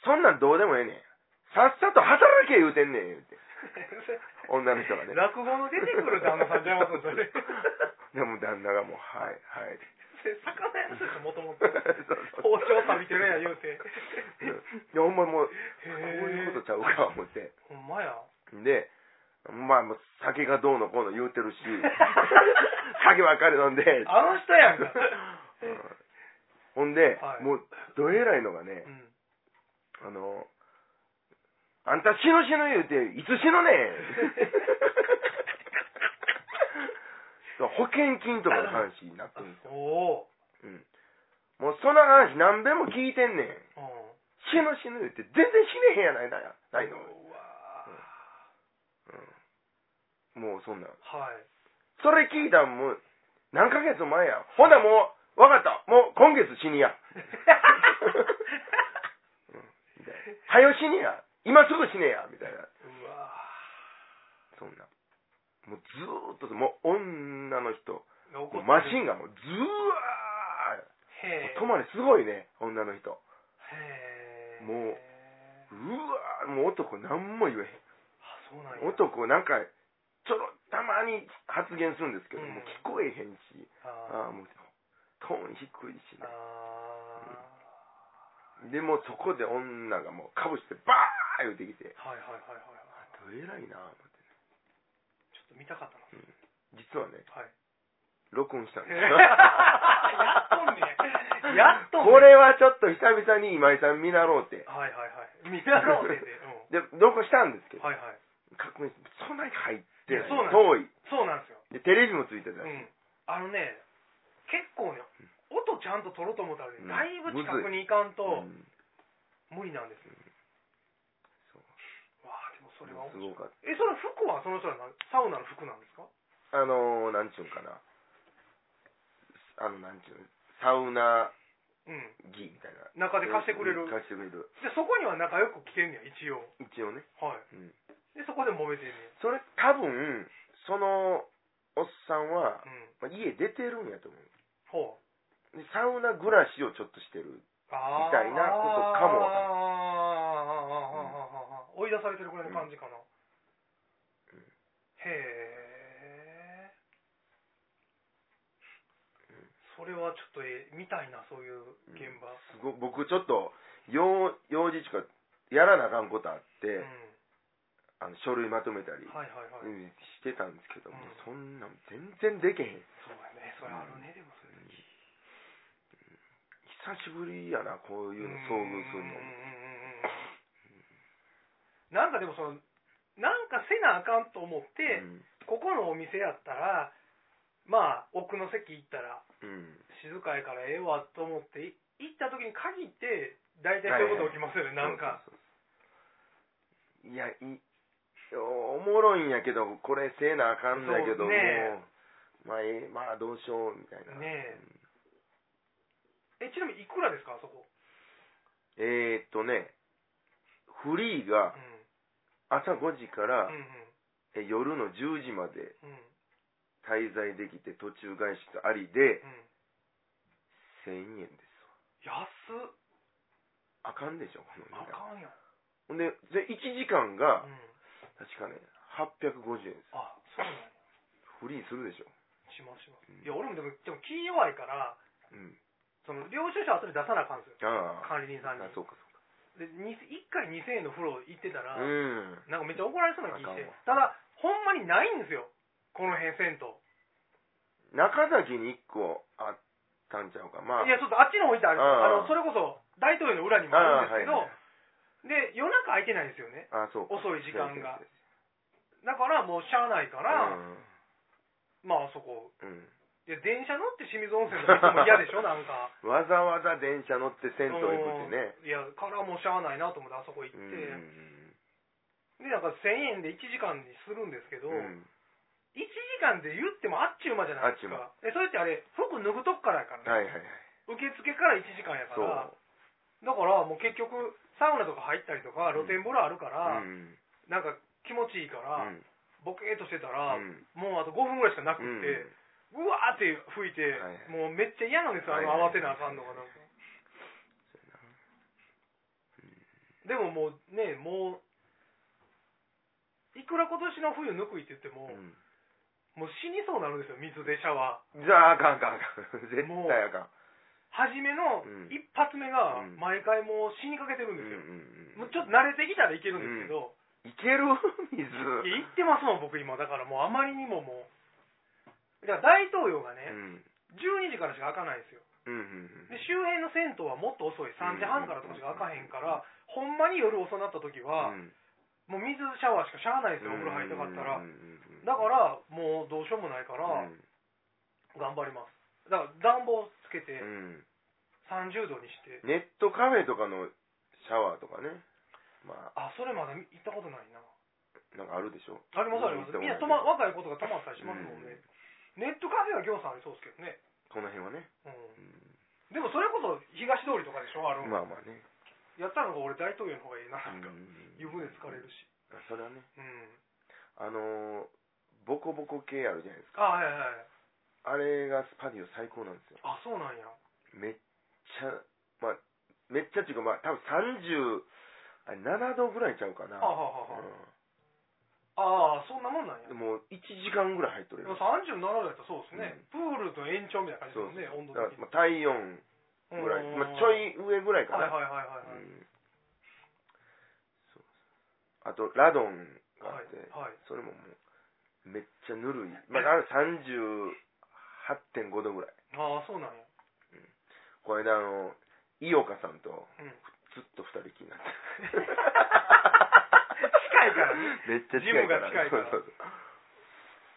Speaker 1: そんなんどうでもええねん。さっさと働け言うてんねん、言うて。女の人がね。
Speaker 2: 落語の出てくる旦那さんちゃいますそれ。
Speaker 1: でも、旦那がもう、はい、はい。
Speaker 2: 魚屋の人もともと
Speaker 1: そう。そう
Speaker 2: 包丁さびてるやん、言うて。
Speaker 1: いや、ほんまもう、こ
Speaker 2: へ
Speaker 1: う
Speaker 2: え。
Speaker 1: いうことちゃうか、思って。
Speaker 2: ほんまや。
Speaker 1: で、まあ、もう酒がどうのこうの言うてる し、酒ばっかり飲んで、
Speaker 2: あの人やんか。
Speaker 1: うんほんで、
Speaker 2: はい
Speaker 1: もう、どえらいのがね
Speaker 2: う、ん。
Speaker 1: あの、あんた死ぬ死ぬ言うて、いつ死ぬねんそう保険金とかの話になって るんで
Speaker 2: おお
Speaker 1: すよ。うん。もうその話何べんも聞いてんねん。
Speaker 2: ー。うん。
Speaker 1: 死ぬ死ぬ言うて、全然死ねへんやないな、ないの。
Speaker 2: うわ
Speaker 1: もうそんなん。
Speaker 2: はい。
Speaker 1: それ聞いたんもう、何ヶ月前や。ほなもう、わかった。もう今月死 にや。はよ死にや。今すぐ死ねや。みたいな。
Speaker 2: うわ
Speaker 1: そんな。もうずーっと、もう女の人。
Speaker 2: ぁ怒って
Speaker 1: もう
Speaker 2: る
Speaker 1: マシンがもうず
Speaker 2: へ
Speaker 1: ー
Speaker 2: え
Speaker 1: わー。止まれすごいね、女の人。
Speaker 2: へえ
Speaker 1: もううわー、もう男何も言え
Speaker 2: あそうなん
Speaker 1: へん。
Speaker 2: や
Speaker 1: 男なんか、ちょろ、たまに発言するんですけど、
Speaker 2: うん
Speaker 1: もう聞こえへんし、
Speaker 2: あー
Speaker 1: ああ、もう、トーン低いしね。
Speaker 2: あ
Speaker 1: でもそこで女がもうかぶしてバーッ言うてきて、
Speaker 2: ーはいはいはいはいはい
Speaker 1: どえらいなぁ思っ
Speaker 2: ちょっと見たかったな
Speaker 1: て。実はね、
Speaker 2: はい
Speaker 1: 録音し たんです
Speaker 2: やっとんねやっとんね
Speaker 1: これはちょっと久々に今井さん見習ろうって。
Speaker 2: はいはいはい見たろうねでうん
Speaker 1: で、録音したんですけど、
Speaker 2: はいはい
Speaker 1: 確認して、そんなに入ってな
Speaker 2: い
Speaker 1: い
Speaker 2: やそうなん
Speaker 1: 遠い。
Speaker 2: そうなんですよ
Speaker 1: で、テレビもついてた
Speaker 2: う
Speaker 1: し。
Speaker 2: んあのね結構ね音ちゃんと取ろうと思ったらね
Speaker 1: うん
Speaker 2: だいぶ近くに行かんと
Speaker 1: ん
Speaker 2: 無理なんです
Speaker 1: そう
Speaker 2: わあでもそれは面白
Speaker 1: す
Speaker 2: い
Speaker 1: ごかっ
Speaker 2: えその服はその人は何サウナの服なんですか
Speaker 1: た。あのー、なんちゅうんかな。あの、なんちゅうん、サウナ
Speaker 2: うん
Speaker 1: 着みたいな。
Speaker 2: 中で貸してくれる
Speaker 1: 貸してくれる。
Speaker 2: でそこには仲良く来てんねや一応
Speaker 1: 一応ね。
Speaker 2: は
Speaker 1: うん。
Speaker 2: いでそこで揉めてんねや
Speaker 1: それ多分、その、おっさんは、
Speaker 2: うん
Speaker 1: まあ家出てるんやと思
Speaker 2: ほう
Speaker 1: う。で、サウナ暮らしをちょっとしてる。
Speaker 2: あー
Speaker 1: みたいなことかもわかん
Speaker 2: あー
Speaker 1: ない
Speaker 2: あーあーあーあーあー追い出されてるぐらいの感じかな、へえそれはちょっとえ見たいなそういう現場、
Speaker 1: すご僕ちょっと、用、用事しかやらなあかんことあって、
Speaker 2: うん
Speaker 1: あの、書類まとめたり、
Speaker 2: はいはいはい、
Speaker 1: うんしてたんですけど、もう
Speaker 2: うん
Speaker 1: そんなん全然できへん。
Speaker 2: そうやねそれあるねでもそれ
Speaker 1: 久しぶりやな、こういうの遭遇するの。
Speaker 2: なんかでもそのなんかせなあかんと思って、
Speaker 1: うん
Speaker 2: ここのお店やったらまあ奥の席行ったら
Speaker 1: うん。
Speaker 2: 静かやからええわと思ってい行った時に限って大体そういうこと起きますよね、なんか
Speaker 1: そうそうそう。いや、いおもろいんやけど、これせえなあかんだけど、
Speaker 2: そうね
Speaker 1: もう、まあ、ええまあ、どうしよう、みたいな。
Speaker 2: ねえちなみにいくらですかあそこ、
Speaker 1: うんえーっとね、フリー
Speaker 2: う
Speaker 1: が
Speaker 2: ん、
Speaker 1: 朝5時か
Speaker 2: う
Speaker 1: ら
Speaker 2: ん
Speaker 1: え夜の10時まで
Speaker 2: うんうん
Speaker 1: 滞在できて途中外出ありで
Speaker 2: うん
Speaker 1: 1000円です
Speaker 2: 安っ
Speaker 1: わ。あかんでしょ、この
Speaker 2: あ
Speaker 1: 値段。
Speaker 2: かんやん、
Speaker 1: ほんで、で1時間
Speaker 2: う
Speaker 1: が
Speaker 2: ん、
Speaker 1: 確かね、850円です。
Speaker 2: あそうなんや
Speaker 1: フリーするでしょ。
Speaker 2: しますします、いや俺もでもでも気弱いから
Speaker 1: うん。
Speaker 2: その領収書後で出さなあかんですよ
Speaker 1: ああ。
Speaker 2: 管理人さんに
Speaker 1: あそうか、そう
Speaker 2: でに1回2000円の風呂行ってたら、
Speaker 1: か。うん。
Speaker 2: なんかめっちゃ怒られそうな気し
Speaker 1: あかん
Speaker 2: て
Speaker 1: わ
Speaker 2: ただほんまにないんですよこの辺銭湯
Speaker 1: 中崎に1個あったんちゃうか。まあ、
Speaker 2: いや、ちょっとあっちの方行ったらあるん
Speaker 1: ああ
Speaker 2: ですよあの、それこそ、大統領の裏にもあるんですけど、で、夜中空いてないんですよね。
Speaker 1: あはい、あそうか
Speaker 2: 遅い時間が
Speaker 1: そうです
Speaker 2: だから、もう、しゃあないか
Speaker 1: そうです
Speaker 2: ら、まあ、あそこ。
Speaker 1: うん
Speaker 2: いや、電車乗って清水温泉とか行くのも嫌でし ょ、なんか。
Speaker 1: うんわざわざ電車乗って銭湯行くってね。
Speaker 2: うんいや、からもうしゃあないなと思って、あそこ行って。
Speaker 1: うん
Speaker 2: で、なんか、1000円で1時間にするんですけど、
Speaker 1: うんうん。
Speaker 2: 1時間で言ってもあっちゅう間じゃないです
Speaker 1: あ
Speaker 2: か。え、それってあれ、服脱ぐとこからやからね。
Speaker 1: はいはいはい。
Speaker 2: 受付から1時間やか
Speaker 1: そう。
Speaker 2: ら。だから、もう結局、サウナとか入ったりとか、露天風呂あるか
Speaker 1: う
Speaker 2: ら、
Speaker 1: ん
Speaker 2: なんか気持ちいいから、ボケーっとしてたら、
Speaker 1: うん
Speaker 2: もうあと5分ぐらいしかなくって、
Speaker 1: う
Speaker 2: うんわーって吹いて、
Speaker 1: はいはい
Speaker 2: もうめっちゃ嫌なんですよ、あの
Speaker 1: はいはい
Speaker 2: 慌てなあかんのがなんか。でももうね、もう、いくら今年の冬ぬくいって言っても、
Speaker 1: うん
Speaker 2: もう死にそうなるんですよ、水でシャワー。
Speaker 1: じゃあ、あかんあかんあかん。 絶
Speaker 2: もう
Speaker 1: 対あかん。
Speaker 2: 初めの
Speaker 1: うん
Speaker 2: 一発目が
Speaker 1: うん、
Speaker 2: 毎回もう死にかけてるん
Speaker 1: うん
Speaker 2: で
Speaker 1: うん
Speaker 2: すよ。
Speaker 1: うん
Speaker 2: もうちょっと慣れてきたらいけるんですけど、
Speaker 1: いける水。
Speaker 2: い や、行ってますもん、僕今。だからもうあまりにももう。だから大統領がね、
Speaker 1: うん
Speaker 2: 12時からしか開かないんですよ
Speaker 1: うんうん
Speaker 2: で周辺の銭湯はもっと遅い3時半からとかしか開かへんから、ほんまに夜遅なった時
Speaker 1: う
Speaker 2: は、
Speaker 1: ん。
Speaker 2: もう水シャワーしかしゃあないですよ、お風呂入りたかったら、だからもうどうしようもないからら、頑張りますだから暖房つけて
Speaker 1: うん
Speaker 2: 30度にして、
Speaker 1: ネットカフェとかのシャワーとかね。まあ、
Speaker 2: あそれまだ行ったことないな
Speaker 1: なんかあるでしょ
Speaker 2: ありますあります。みんな止ま、若い子とか止まったりしますもんね。ネットカフェは行さんありそうですけどね。
Speaker 1: この辺はね、
Speaker 2: うんで
Speaker 1: う。ん
Speaker 2: もそれこそ東通りとかでしょある、
Speaker 1: まあまあね
Speaker 2: やったのが俺大統領の方がいいな。なんか
Speaker 1: うん
Speaker 2: 湯船疲れるし。
Speaker 1: あそれはね
Speaker 2: うん。
Speaker 1: あのーボコボコ系あるじゃないです
Speaker 2: あ、はいはいはい。
Speaker 1: かあれがスパディオ最高なんですよ
Speaker 2: あ、そうなんや。
Speaker 1: めっちゃまあめっちゃっていうかまあ多分37度ぐらいちゃうかな
Speaker 2: はあ、はあはあ。ああ、そんなもんなんや。
Speaker 1: う
Speaker 2: で
Speaker 1: ん
Speaker 2: も
Speaker 1: もう1時間ぐらい入っとるよ
Speaker 2: 37度やったらそうですね、プールと延長みたいな
Speaker 1: そう
Speaker 2: 感じですもんね、温度
Speaker 1: だから
Speaker 2: 的に
Speaker 1: まあ。体温ぐらい、
Speaker 2: うん
Speaker 1: まあ、ちょい上ぐらいか
Speaker 2: はいは
Speaker 1: な、
Speaker 2: いはいはい。
Speaker 1: うんそうそうあとラドンが
Speaker 2: は
Speaker 1: あっ
Speaker 2: い
Speaker 1: て、
Speaker 2: はい。
Speaker 1: それももうめっちゃぬるい、まあ、あれ38.5度ぐらい
Speaker 2: ああ、そうなんや。
Speaker 1: この間あの井岡さんと
Speaker 2: うん。
Speaker 1: ずっと二人きりになった
Speaker 2: 近いからね。
Speaker 1: めっちゃ近いから
Speaker 2: ジムが近いか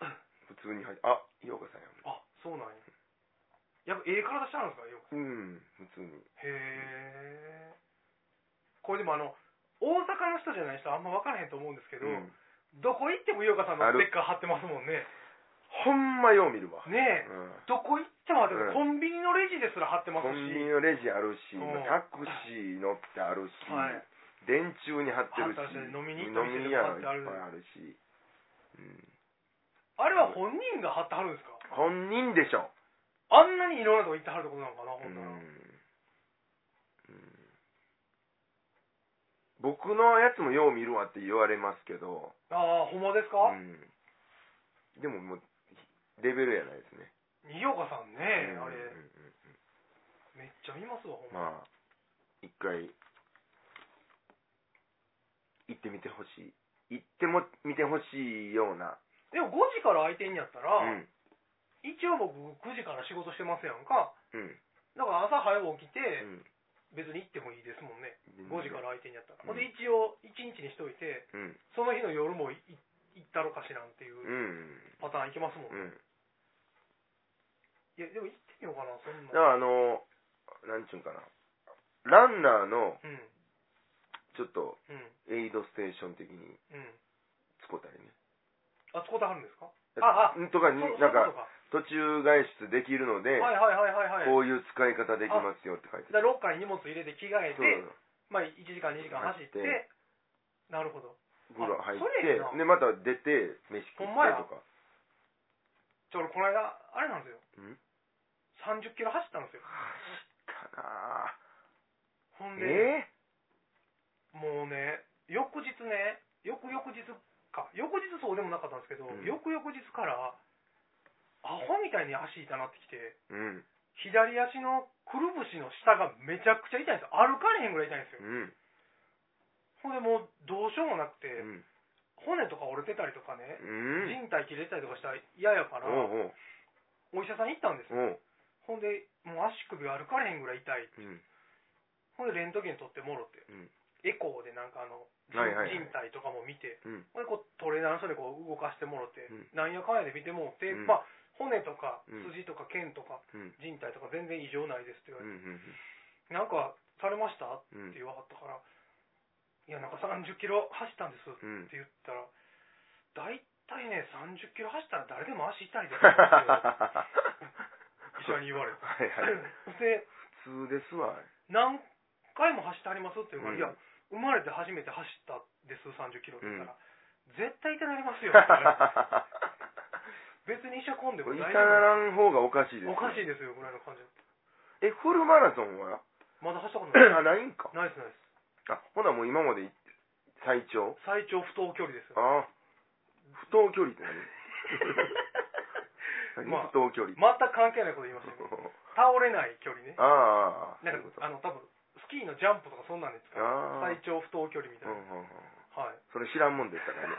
Speaker 2: ら
Speaker 1: そうそうそう普通に入ってあ井岡さんや
Speaker 2: あ、そうなんや。やっぱええ体したんですか、よく。
Speaker 1: うん普通に
Speaker 2: へえ。これでもあの、大阪の人じゃない人あんま分からへんと思うんですけど、
Speaker 1: うん
Speaker 2: どこ行っても井岡さんのステッカー貼ってますもんね。
Speaker 1: ほんまよう見るわ
Speaker 2: ねえ。
Speaker 1: うん
Speaker 2: どこ行っても貼ってま
Speaker 1: う
Speaker 2: す。
Speaker 1: ん
Speaker 2: コンビニのレジですら貼ってま
Speaker 1: コ
Speaker 2: す
Speaker 1: ンビ
Speaker 2: し。
Speaker 1: ニのレジあるし
Speaker 2: うん
Speaker 1: タクシー乗ってあるし、
Speaker 2: はい。
Speaker 1: 電柱に貼ってる
Speaker 2: 貼
Speaker 1: し
Speaker 2: ってあるし飲みに行った
Speaker 1: 飲
Speaker 2: 店で
Speaker 1: み屋
Speaker 2: も貼
Speaker 1: の
Speaker 2: っ
Speaker 1: いってぱ
Speaker 2: あ
Speaker 1: い
Speaker 2: る
Speaker 1: あるし、
Speaker 2: あれは本
Speaker 1: うん、
Speaker 2: 人が貼ってはるんですか
Speaker 1: 本人でしょ
Speaker 2: あんなにいろんなとこ行ってはるってことなのかな、ほ
Speaker 1: うん
Speaker 2: んなら。
Speaker 1: うん僕のやつもよう見るわって言われますけど、
Speaker 2: ああ、ほんまですか、
Speaker 1: うん、でももうレベルやないですね、
Speaker 2: 井岡さんね、
Speaker 1: うん
Speaker 2: あれ
Speaker 1: うんう
Speaker 2: めっ
Speaker 1: んうん
Speaker 2: ちゃ見ますわほんま、
Speaker 1: まあ一回行ってみてほしい行っても見てほしいような、
Speaker 2: でも5時から開いてんやったら、
Speaker 1: うん
Speaker 2: 一応僕9時から仕事してますやんか
Speaker 1: うん
Speaker 2: だから朝早く起きて、
Speaker 1: うん
Speaker 2: 別に行ってもいいですもんね
Speaker 1: 全然
Speaker 2: 5時から開いてんやったら、
Speaker 1: うん
Speaker 2: ほんで一応1日にしといて
Speaker 1: うん
Speaker 2: その日の夜もいい行ったろかしらんっていううんパターンいけますもん、
Speaker 1: う
Speaker 2: ねい
Speaker 1: ん
Speaker 2: やでも行ってみようかなそん
Speaker 1: だか
Speaker 2: な
Speaker 1: らあのなんちゅうんかなランナーの
Speaker 2: うん
Speaker 1: ちょっと
Speaker 2: うん
Speaker 1: エイドステーション的に
Speaker 2: うん
Speaker 1: 使ったりね
Speaker 2: あそこであるんですかああ
Speaker 1: とかに
Speaker 2: そう
Speaker 1: な
Speaker 2: そ
Speaker 1: ん
Speaker 2: ういうことか
Speaker 1: か途中外出できるので、
Speaker 2: はいはいはいはいはい
Speaker 1: こういう使い方できますよって書いて
Speaker 2: だからロッカーに荷物入れて着替えて
Speaker 1: そう
Speaker 2: まあ1時間2時間走って
Speaker 1: 走って
Speaker 2: なるほど
Speaker 1: 風呂入っ
Speaker 2: あそれええな
Speaker 1: てでまた出て飯食って
Speaker 2: ほんまや
Speaker 1: と
Speaker 2: じ
Speaker 1: か
Speaker 2: ゃあ俺この間あれなんですよ
Speaker 1: うん
Speaker 2: 30キロ走ったんですよ
Speaker 1: 走ったなぁ
Speaker 2: ほんで、
Speaker 1: え
Speaker 2: もうね翌日ね翌々日か翌日そうでもなかったんですけど、
Speaker 1: うん
Speaker 2: 翌々日からアホみたいに足痛なってきて
Speaker 1: ぇうん
Speaker 2: 左足のくるぶしの下がめちゃくちゃ痛いんですよ歩かれへんぐらい痛いんですよ、ほ
Speaker 1: うん
Speaker 2: んでもうどうしようもなくて、
Speaker 1: うん
Speaker 2: 骨とか折れてたりとかね、
Speaker 1: うん
Speaker 2: 人体切れたりとかしたら嫌やから、
Speaker 1: おうおう
Speaker 2: お医者さんに行ったんですよ、
Speaker 1: お
Speaker 2: ほん
Speaker 1: う
Speaker 2: でもう足首歩かれへんぐらい痛い
Speaker 1: うん
Speaker 2: ほんでレントゲン取ってもろって、
Speaker 1: うん
Speaker 2: エコーでなんかあの人,、
Speaker 1: はいはいはい
Speaker 2: 体とかも見て
Speaker 1: うん
Speaker 2: ほんでこうトレーナーの人にこう動かしてもろて、
Speaker 1: うん
Speaker 2: なんやかんやで見てもろて、
Speaker 1: うん
Speaker 2: まあ骨とか
Speaker 1: うん
Speaker 2: 筋とか腱とか
Speaker 1: うん
Speaker 2: 人体とか全然異常ないですって言わ
Speaker 1: う
Speaker 2: れて、な
Speaker 1: ん
Speaker 2: んかされましたっ
Speaker 1: うん
Speaker 2: て
Speaker 1: うん
Speaker 2: 言わはったから、いやなんか30キロ走ったんですっ
Speaker 1: う
Speaker 2: て
Speaker 1: ん。
Speaker 2: 言ったら、大体ね30キロ走ったら誰でも足痛いですって医者に言われて
Speaker 1: はいはい
Speaker 2: で
Speaker 1: 普通ですわ
Speaker 2: 何回も走ってありますって言うから、
Speaker 1: うん
Speaker 2: いや、生まれて初めて走ったです、30キロって言ったら、絶対痛なりますよって言 われて
Speaker 1: こ
Speaker 2: 別に医者混んでも
Speaker 1: れ痛
Speaker 2: 大
Speaker 1: が
Speaker 2: 丈夫。
Speaker 1: らん方がおかしいです
Speaker 2: おかし
Speaker 1: い
Speaker 2: いですよぐらいの感じだった
Speaker 1: えフルマラソンは
Speaker 2: まだ走ったこと ない。
Speaker 1: あないんか
Speaker 2: ナイスナイス。
Speaker 1: あほなもう今までい最長
Speaker 2: 最長不当距離 ですよ。
Speaker 1: ああ不当距離って 何、
Speaker 2: まあ
Speaker 1: 不当距離
Speaker 2: 全く関係ないこと言いますよ。倒れない距離ね。
Speaker 1: ああ
Speaker 2: なん
Speaker 1: そういうこ
Speaker 2: か、
Speaker 1: と
Speaker 2: あの、多分スキーのジャンプとかそんなんですから、
Speaker 1: ああ
Speaker 2: 最長不当距離みた
Speaker 1: う
Speaker 2: い
Speaker 1: ん
Speaker 2: な。
Speaker 1: うんうん
Speaker 2: はい。
Speaker 1: それ知らんもんでした からね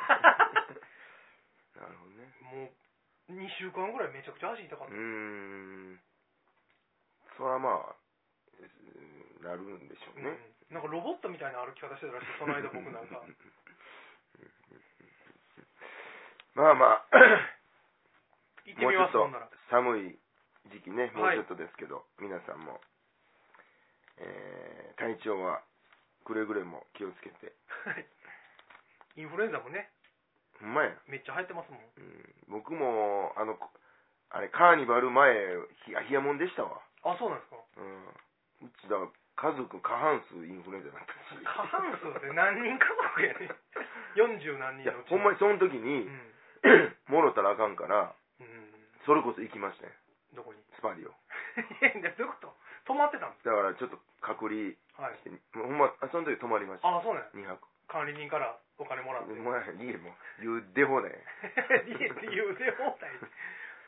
Speaker 1: なるほどね
Speaker 2: もう、2週間ぐらいめちゃくちゃ足痛かっ
Speaker 1: う
Speaker 2: た。
Speaker 1: ーんそれはまあうんなるんでしょう
Speaker 2: う
Speaker 1: ね、
Speaker 2: んなんかロボットみたいな歩き方してたらしい、その間僕 なんか。
Speaker 1: まあまあ
Speaker 2: 行ってみます、ほ
Speaker 1: もうん
Speaker 2: なら。
Speaker 1: 寒い時期ねもう
Speaker 2: はい
Speaker 1: ちょっとですけど、皆さんも、えー体調はくれぐれも気をつけて
Speaker 2: はいインフルエンザもね、
Speaker 1: ほんまや。
Speaker 2: めっちゃ入ってますもん。
Speaker 1: うん。僕も、あの、こあれ、カーニバル前、ひ冷やもんでしたわ。
Speaker 2: あ、そうなんですか。
Speaker 1: うん。うち、だから、家族過半数インフルエンザになったし。
Speaker 2: 過半数で何人家族や ねん。四十何
Speaker 1: い
Speaker 2: 人
Speaker 1: や
Speaker 2: のう、ち
Speaker 1: ほんまにその時に
Speaker 2: う、ん。
Speaker 1: もろたらあかんから、
Speaker 2: うん。
Speaker 1: それこそ行きましたね、
Speaker 2: どこに い
Speaker 1: スパリを。
Speaker 2: や、どういうこと止まってたんで
Speaker 1: だから、ちょっと隔離し
Speaker 2: すはい。
Speaker 1: て、もうほんま、あその時泊まりました。
Speaker 2: あ、そうなんや
Speaker 1: 2泊。
Speaker 2: 管理人からお金もらって。
Speaker 1: お前、家もう、言うでほね。
Speaker 2: 家って言うて放題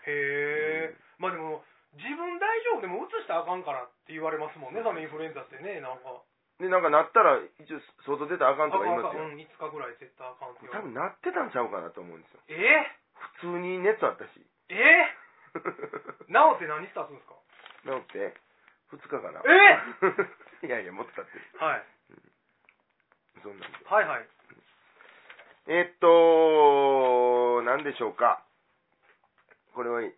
Speaker 2: へえ、まあでも自分大丈夫でも移したらあかんからって言われますもんねそのインフルエンザってねなんか
Speaker 1: で、なんかなったら、一応、外出たらあか
Speaker 2: あ
Speaker 1: んとか言いま
Speaker 2: か
Speaker 1: す
Speaker 2: ん
Speaker 1: よ。
Speaker 2: うん5日ぐらい絶対あかんって言
Speaker 1: 多
Speaker 2: われる
Speaker 1: 分なってたんちゃうかなと思うんですよ。
Speaker 2: え
Speaker 1: 普通に熱あったし。
Speaker 2: ええ治って何したんですか
Speaker 1: なので、2日かな。
Speaker 2: え
Speaker 1: いやいや、もっと経ってる。
Speaker 2: はい
Speaker 1: そんなんで。
Speaker 2: はいはい
Speaker 1: えっと、なんでしょうか。これはい、い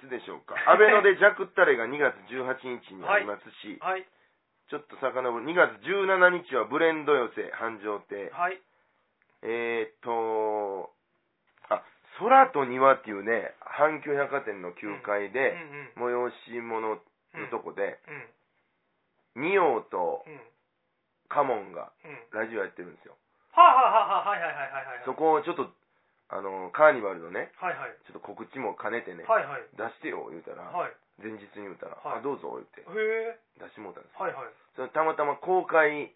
Speaker 1: つでし ょうか。安倍のでジャクったれが2月18日にありますし、
Speaker 2: はい
Speaker 1: ちょっと遡る、2月17日はブレンド寄せ、繁盛亭。
Speaker 2: はい
Speaker 1: えーっと、あ、空と庭っていうね、阪急百貨店の9階
Speaker 2: う
Speaker 1: で、
Speaker 2: んうん
Speaker 1: 催し物の
Speaker 2: うん
Speaker 1: とこで、
Speaker 2: うん
Speaker 1: 仁王と
Speaker 2: うん
Speaker 1: カモンが
Speaker 2: うん
Speaker 1: ラジオやってるんですよ。
Speaker 2: はあ、はあはあ、はいはいはいはいはい
Speaker 1: そこをちょっと、あの、カーニバルのね、
Speaker 2: はいはい
Speaker 1: ちょっと告知も兼ねてね、
Speaker 2: はいはい
Speaker 1: 出してよ言うたら、
Speaker 2: はい
Speaker 1: 前日に言うたら、
Speaker 2: はい
Speaker 1: あどうぞ言って
Speaker 2: へえ
Speaker 1: 出してもうたんですよ
Speaker 2: はいはい
Speaker 1: それたまたま公開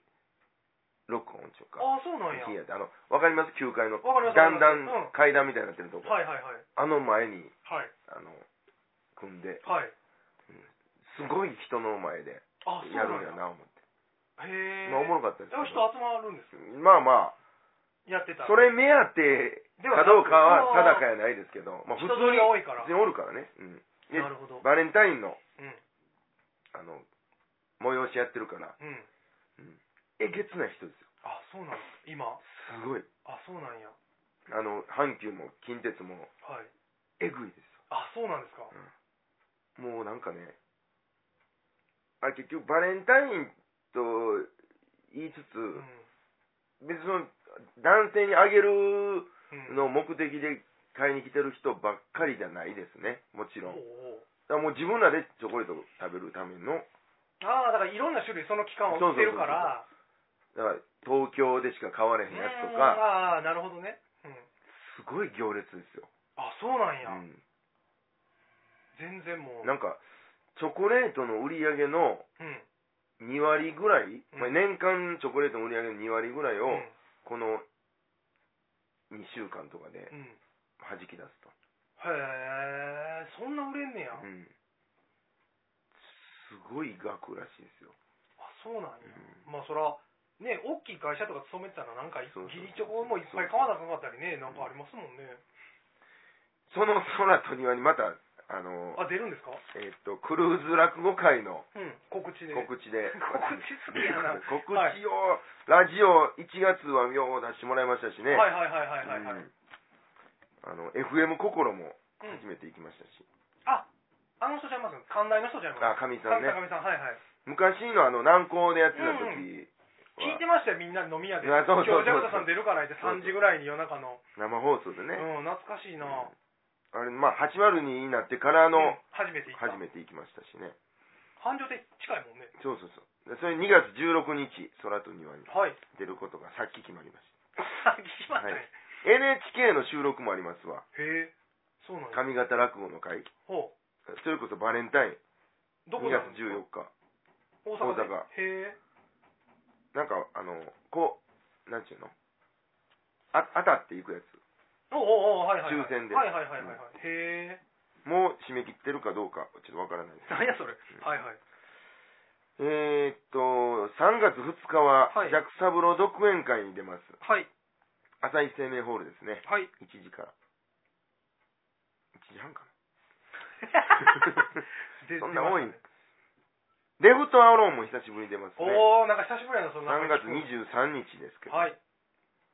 Speaker 1: 録音ちゅうか
Speaker 2: ああそうなんや
Speaker 1: 日やってあのわかります9階の
Speaker 2: わかります
Speaker 1: だんだん
Speaker 2: わか
Speaker 1: 階段みたいになってるとこ、
Speaker 2: はいはいはい
Speaker 1: あの前に
Speaker 2: はい
Speaker 1: あの組んで
Speaker 2: はい
Speaker 1: すごい人の前で
Speaker 2: あそう
Speaker 1: や
Speaker 2: な
Speaker 1: るん
Speaker 2: ん
Speaker 1: や
Speaker 2: や
Speaker 1: な思って、
Speaker 2: へえ
Speaker 1: まあ、おもろかったです
Speaker 2: でも
Speaker 1: け
Speaker 2: 人
Speaker 1: ど
Speaker 2: 集まるんですよ
Speaker 1: まあま
Speaker 2: やってた
Speaker 1: あそれ目当て
Speaker 2: で
Speaker 1: かどうかは定か
Speaker 2: や
Speaker 1: やないですけど、まあ、普
Speaker 2: 人
Speaker 1: 通
Speaker 2: 通り
Speaker 1: に
Speaker 2: が多いから
Speaker 1: 普通におるからね、うん、で
Speaker 2: なるほど
Speaker 1: バレンタインの
Speaker 2: うん
Speaker 1: あの催しやってるから
Speaker 2: うん
Speaker 1: えげつない人ですよ
Speaker 2: あそうなんや今
Speaker 1: すごい
Speaker 2: あそうなんや
Speaker 1: あの阪急も近鉄も
Speaker 2: はい
Speaker 1: えぐいで
Speaker 2: あそうなんですか
Speaker 1: すよもうなんかねあれ結局バレンタインと言いつつ、
Speaker 2: うん
Speaker 1: 別にその男性にあげる
Speaker 2: うん
Speaker 1: のを目的で買いに来てる人ばっかりじゃないですねもち
Speaker 2: お
Speaker 1: ろん
Speaker 2: うおう
Speaker 1: だからもう自分らでチョコレートを食べるための
Speaker 2: ああだからいろんな種類その期間を売ってるから
Speaker 1: だから東京でしか買われへんやつとか
Speaker 2: ああーなるほどねうん
Speaker 1: すごい行列ですよ、
Speaker 2: あそうなん
Speaker 1: う
Speaker 2: や
Speaker 1: ん
Speaker 2: 全然もう
Speaker 1: なんかチョコレートの売り上げの
Speaker 2: うん
Speaker 1: 2割ぐらい、まあ
Speaker 2: うん
Speaker 1: 年間チョコレートの売り上げの2割ぐらいを、
Speaker 2: うん
Speaker 1: この2週間とかで
Speaker 2: うんへ
Speaker 1: 弾き出すと、
Speaker 2: えそんな売れんねや
Speaker 1: うんすごい額らしいですよ、
Speaker 2: あそうなんや
Speaker 1: う
Speaker 2: まあそらね大きい会社とか勤めてたらなんか
Speaker 1: そうそう
Speaker 2: ギリチョコもいっぱい買わなあかんかったりねなんかありますもんね
Speaker 1: その空と庭にまたあの、
Speaker 2: あ出るんですか
Speaker 1: えっとクルーズ落語会の
Speaker 2: うん告知で
Speaker 1: 告知で
Speaker 2: 告知好きやな
Speaker 1: 告知を、
Speaker 2: はい
Speaker 1: ラジオ1月はよう出してもらいましたしね、
Speaker 2: はいはいはいはいはいはい、
Speaker 1: うんあの FM 心も
Speaker 2: うん
Speaker 1: 初めて行きましたし、
Speaker 2: ああの人ちゃいます関内の人ちゃいます
Speaker 1: あかみさんね
Speaker 2: 神さんはいはい
Speaker 1: 昔のあの南港でやってた
Speaker 2: うん
Speaker 1: 時は、
Speaker 2: 聞いてましたよみんなで飲み屋で
Speaker 1: あそうそうそ
Speaker 2: 今
Speaker 1: う
Speaker 2: 日ジャクタさん出るから言って3時ぐらいに夜中の
Speaker 1: 生放送で
Speaker 2: う
Speaker 1: ね、
Speaker 2: ん懐かしいな、
Speaker 1: あれまあ802になってからの
Speaker 2: うん初めて行った
Speaker 1: 初めて行きましたしね
Speaker 2: 繁盛亭近いもんね
Speaker 1: そうそうそうでそれ2月16日空と庭に
Speaker 2: はい
Speaker 1: 出ることがさっき決まりまし
Speaker 2: さっきしましたね、
Speaker 1: はい NHK の収録もありますわ
Speaker 2: へえそうなんや
Speaker 1: 上方落語の会
Speaker 2: ほう
Speaker 1: それこそバレンタイン
Speaker 2: ど
Speaker 1: 2
Speaker 2: こなんで
Speaker 1: 月
Speaker 2: すか大
Speaker 1: 14日
Speaker 2: 阪で
Speaker 1: 大阪
Speaker 2: へえ
Speaker 1: なんかあのこうなんちゅうのあ当たっていくやつ
Speaker 2: おおおはいはいはい
Speaker 1: 抽選で
Speaker 2: はいはいはいはいはい、へえ
Speaker 1: もう締め切ってるかどうかちょっとわからないです
Speaker 2: 何やそれ、はい はい
Speaker 1: えー、っと3月2日は
Speaker 2: はい
Speaker 1: ジャックサブロー独演会に出ます、
Speaker 2: はい
Speaker 1: 朝日生命ホールですね
Speaker 2: はい
Speaker 1: 1時から1時半か なそんな多いレフトアローンも久しぶりに出ますね
Speaker 2: おおなんか久しぶりやなそんな
Speaker 1: 3月23日ですけど、
Speaker 2: はい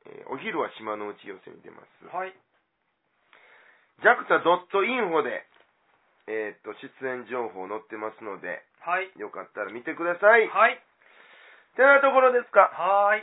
Speaker 1: えーお昼は島の内寄せに出ます
Speaker 2: はい
Speaker 1: ジャクタ .info でえーっと出演情報載ってますので
Speaker 2: はい
Speaker 1: よかったら見てください
Speaker 2: はい
Speaker 1: てなところですか
Speaker 2: はーい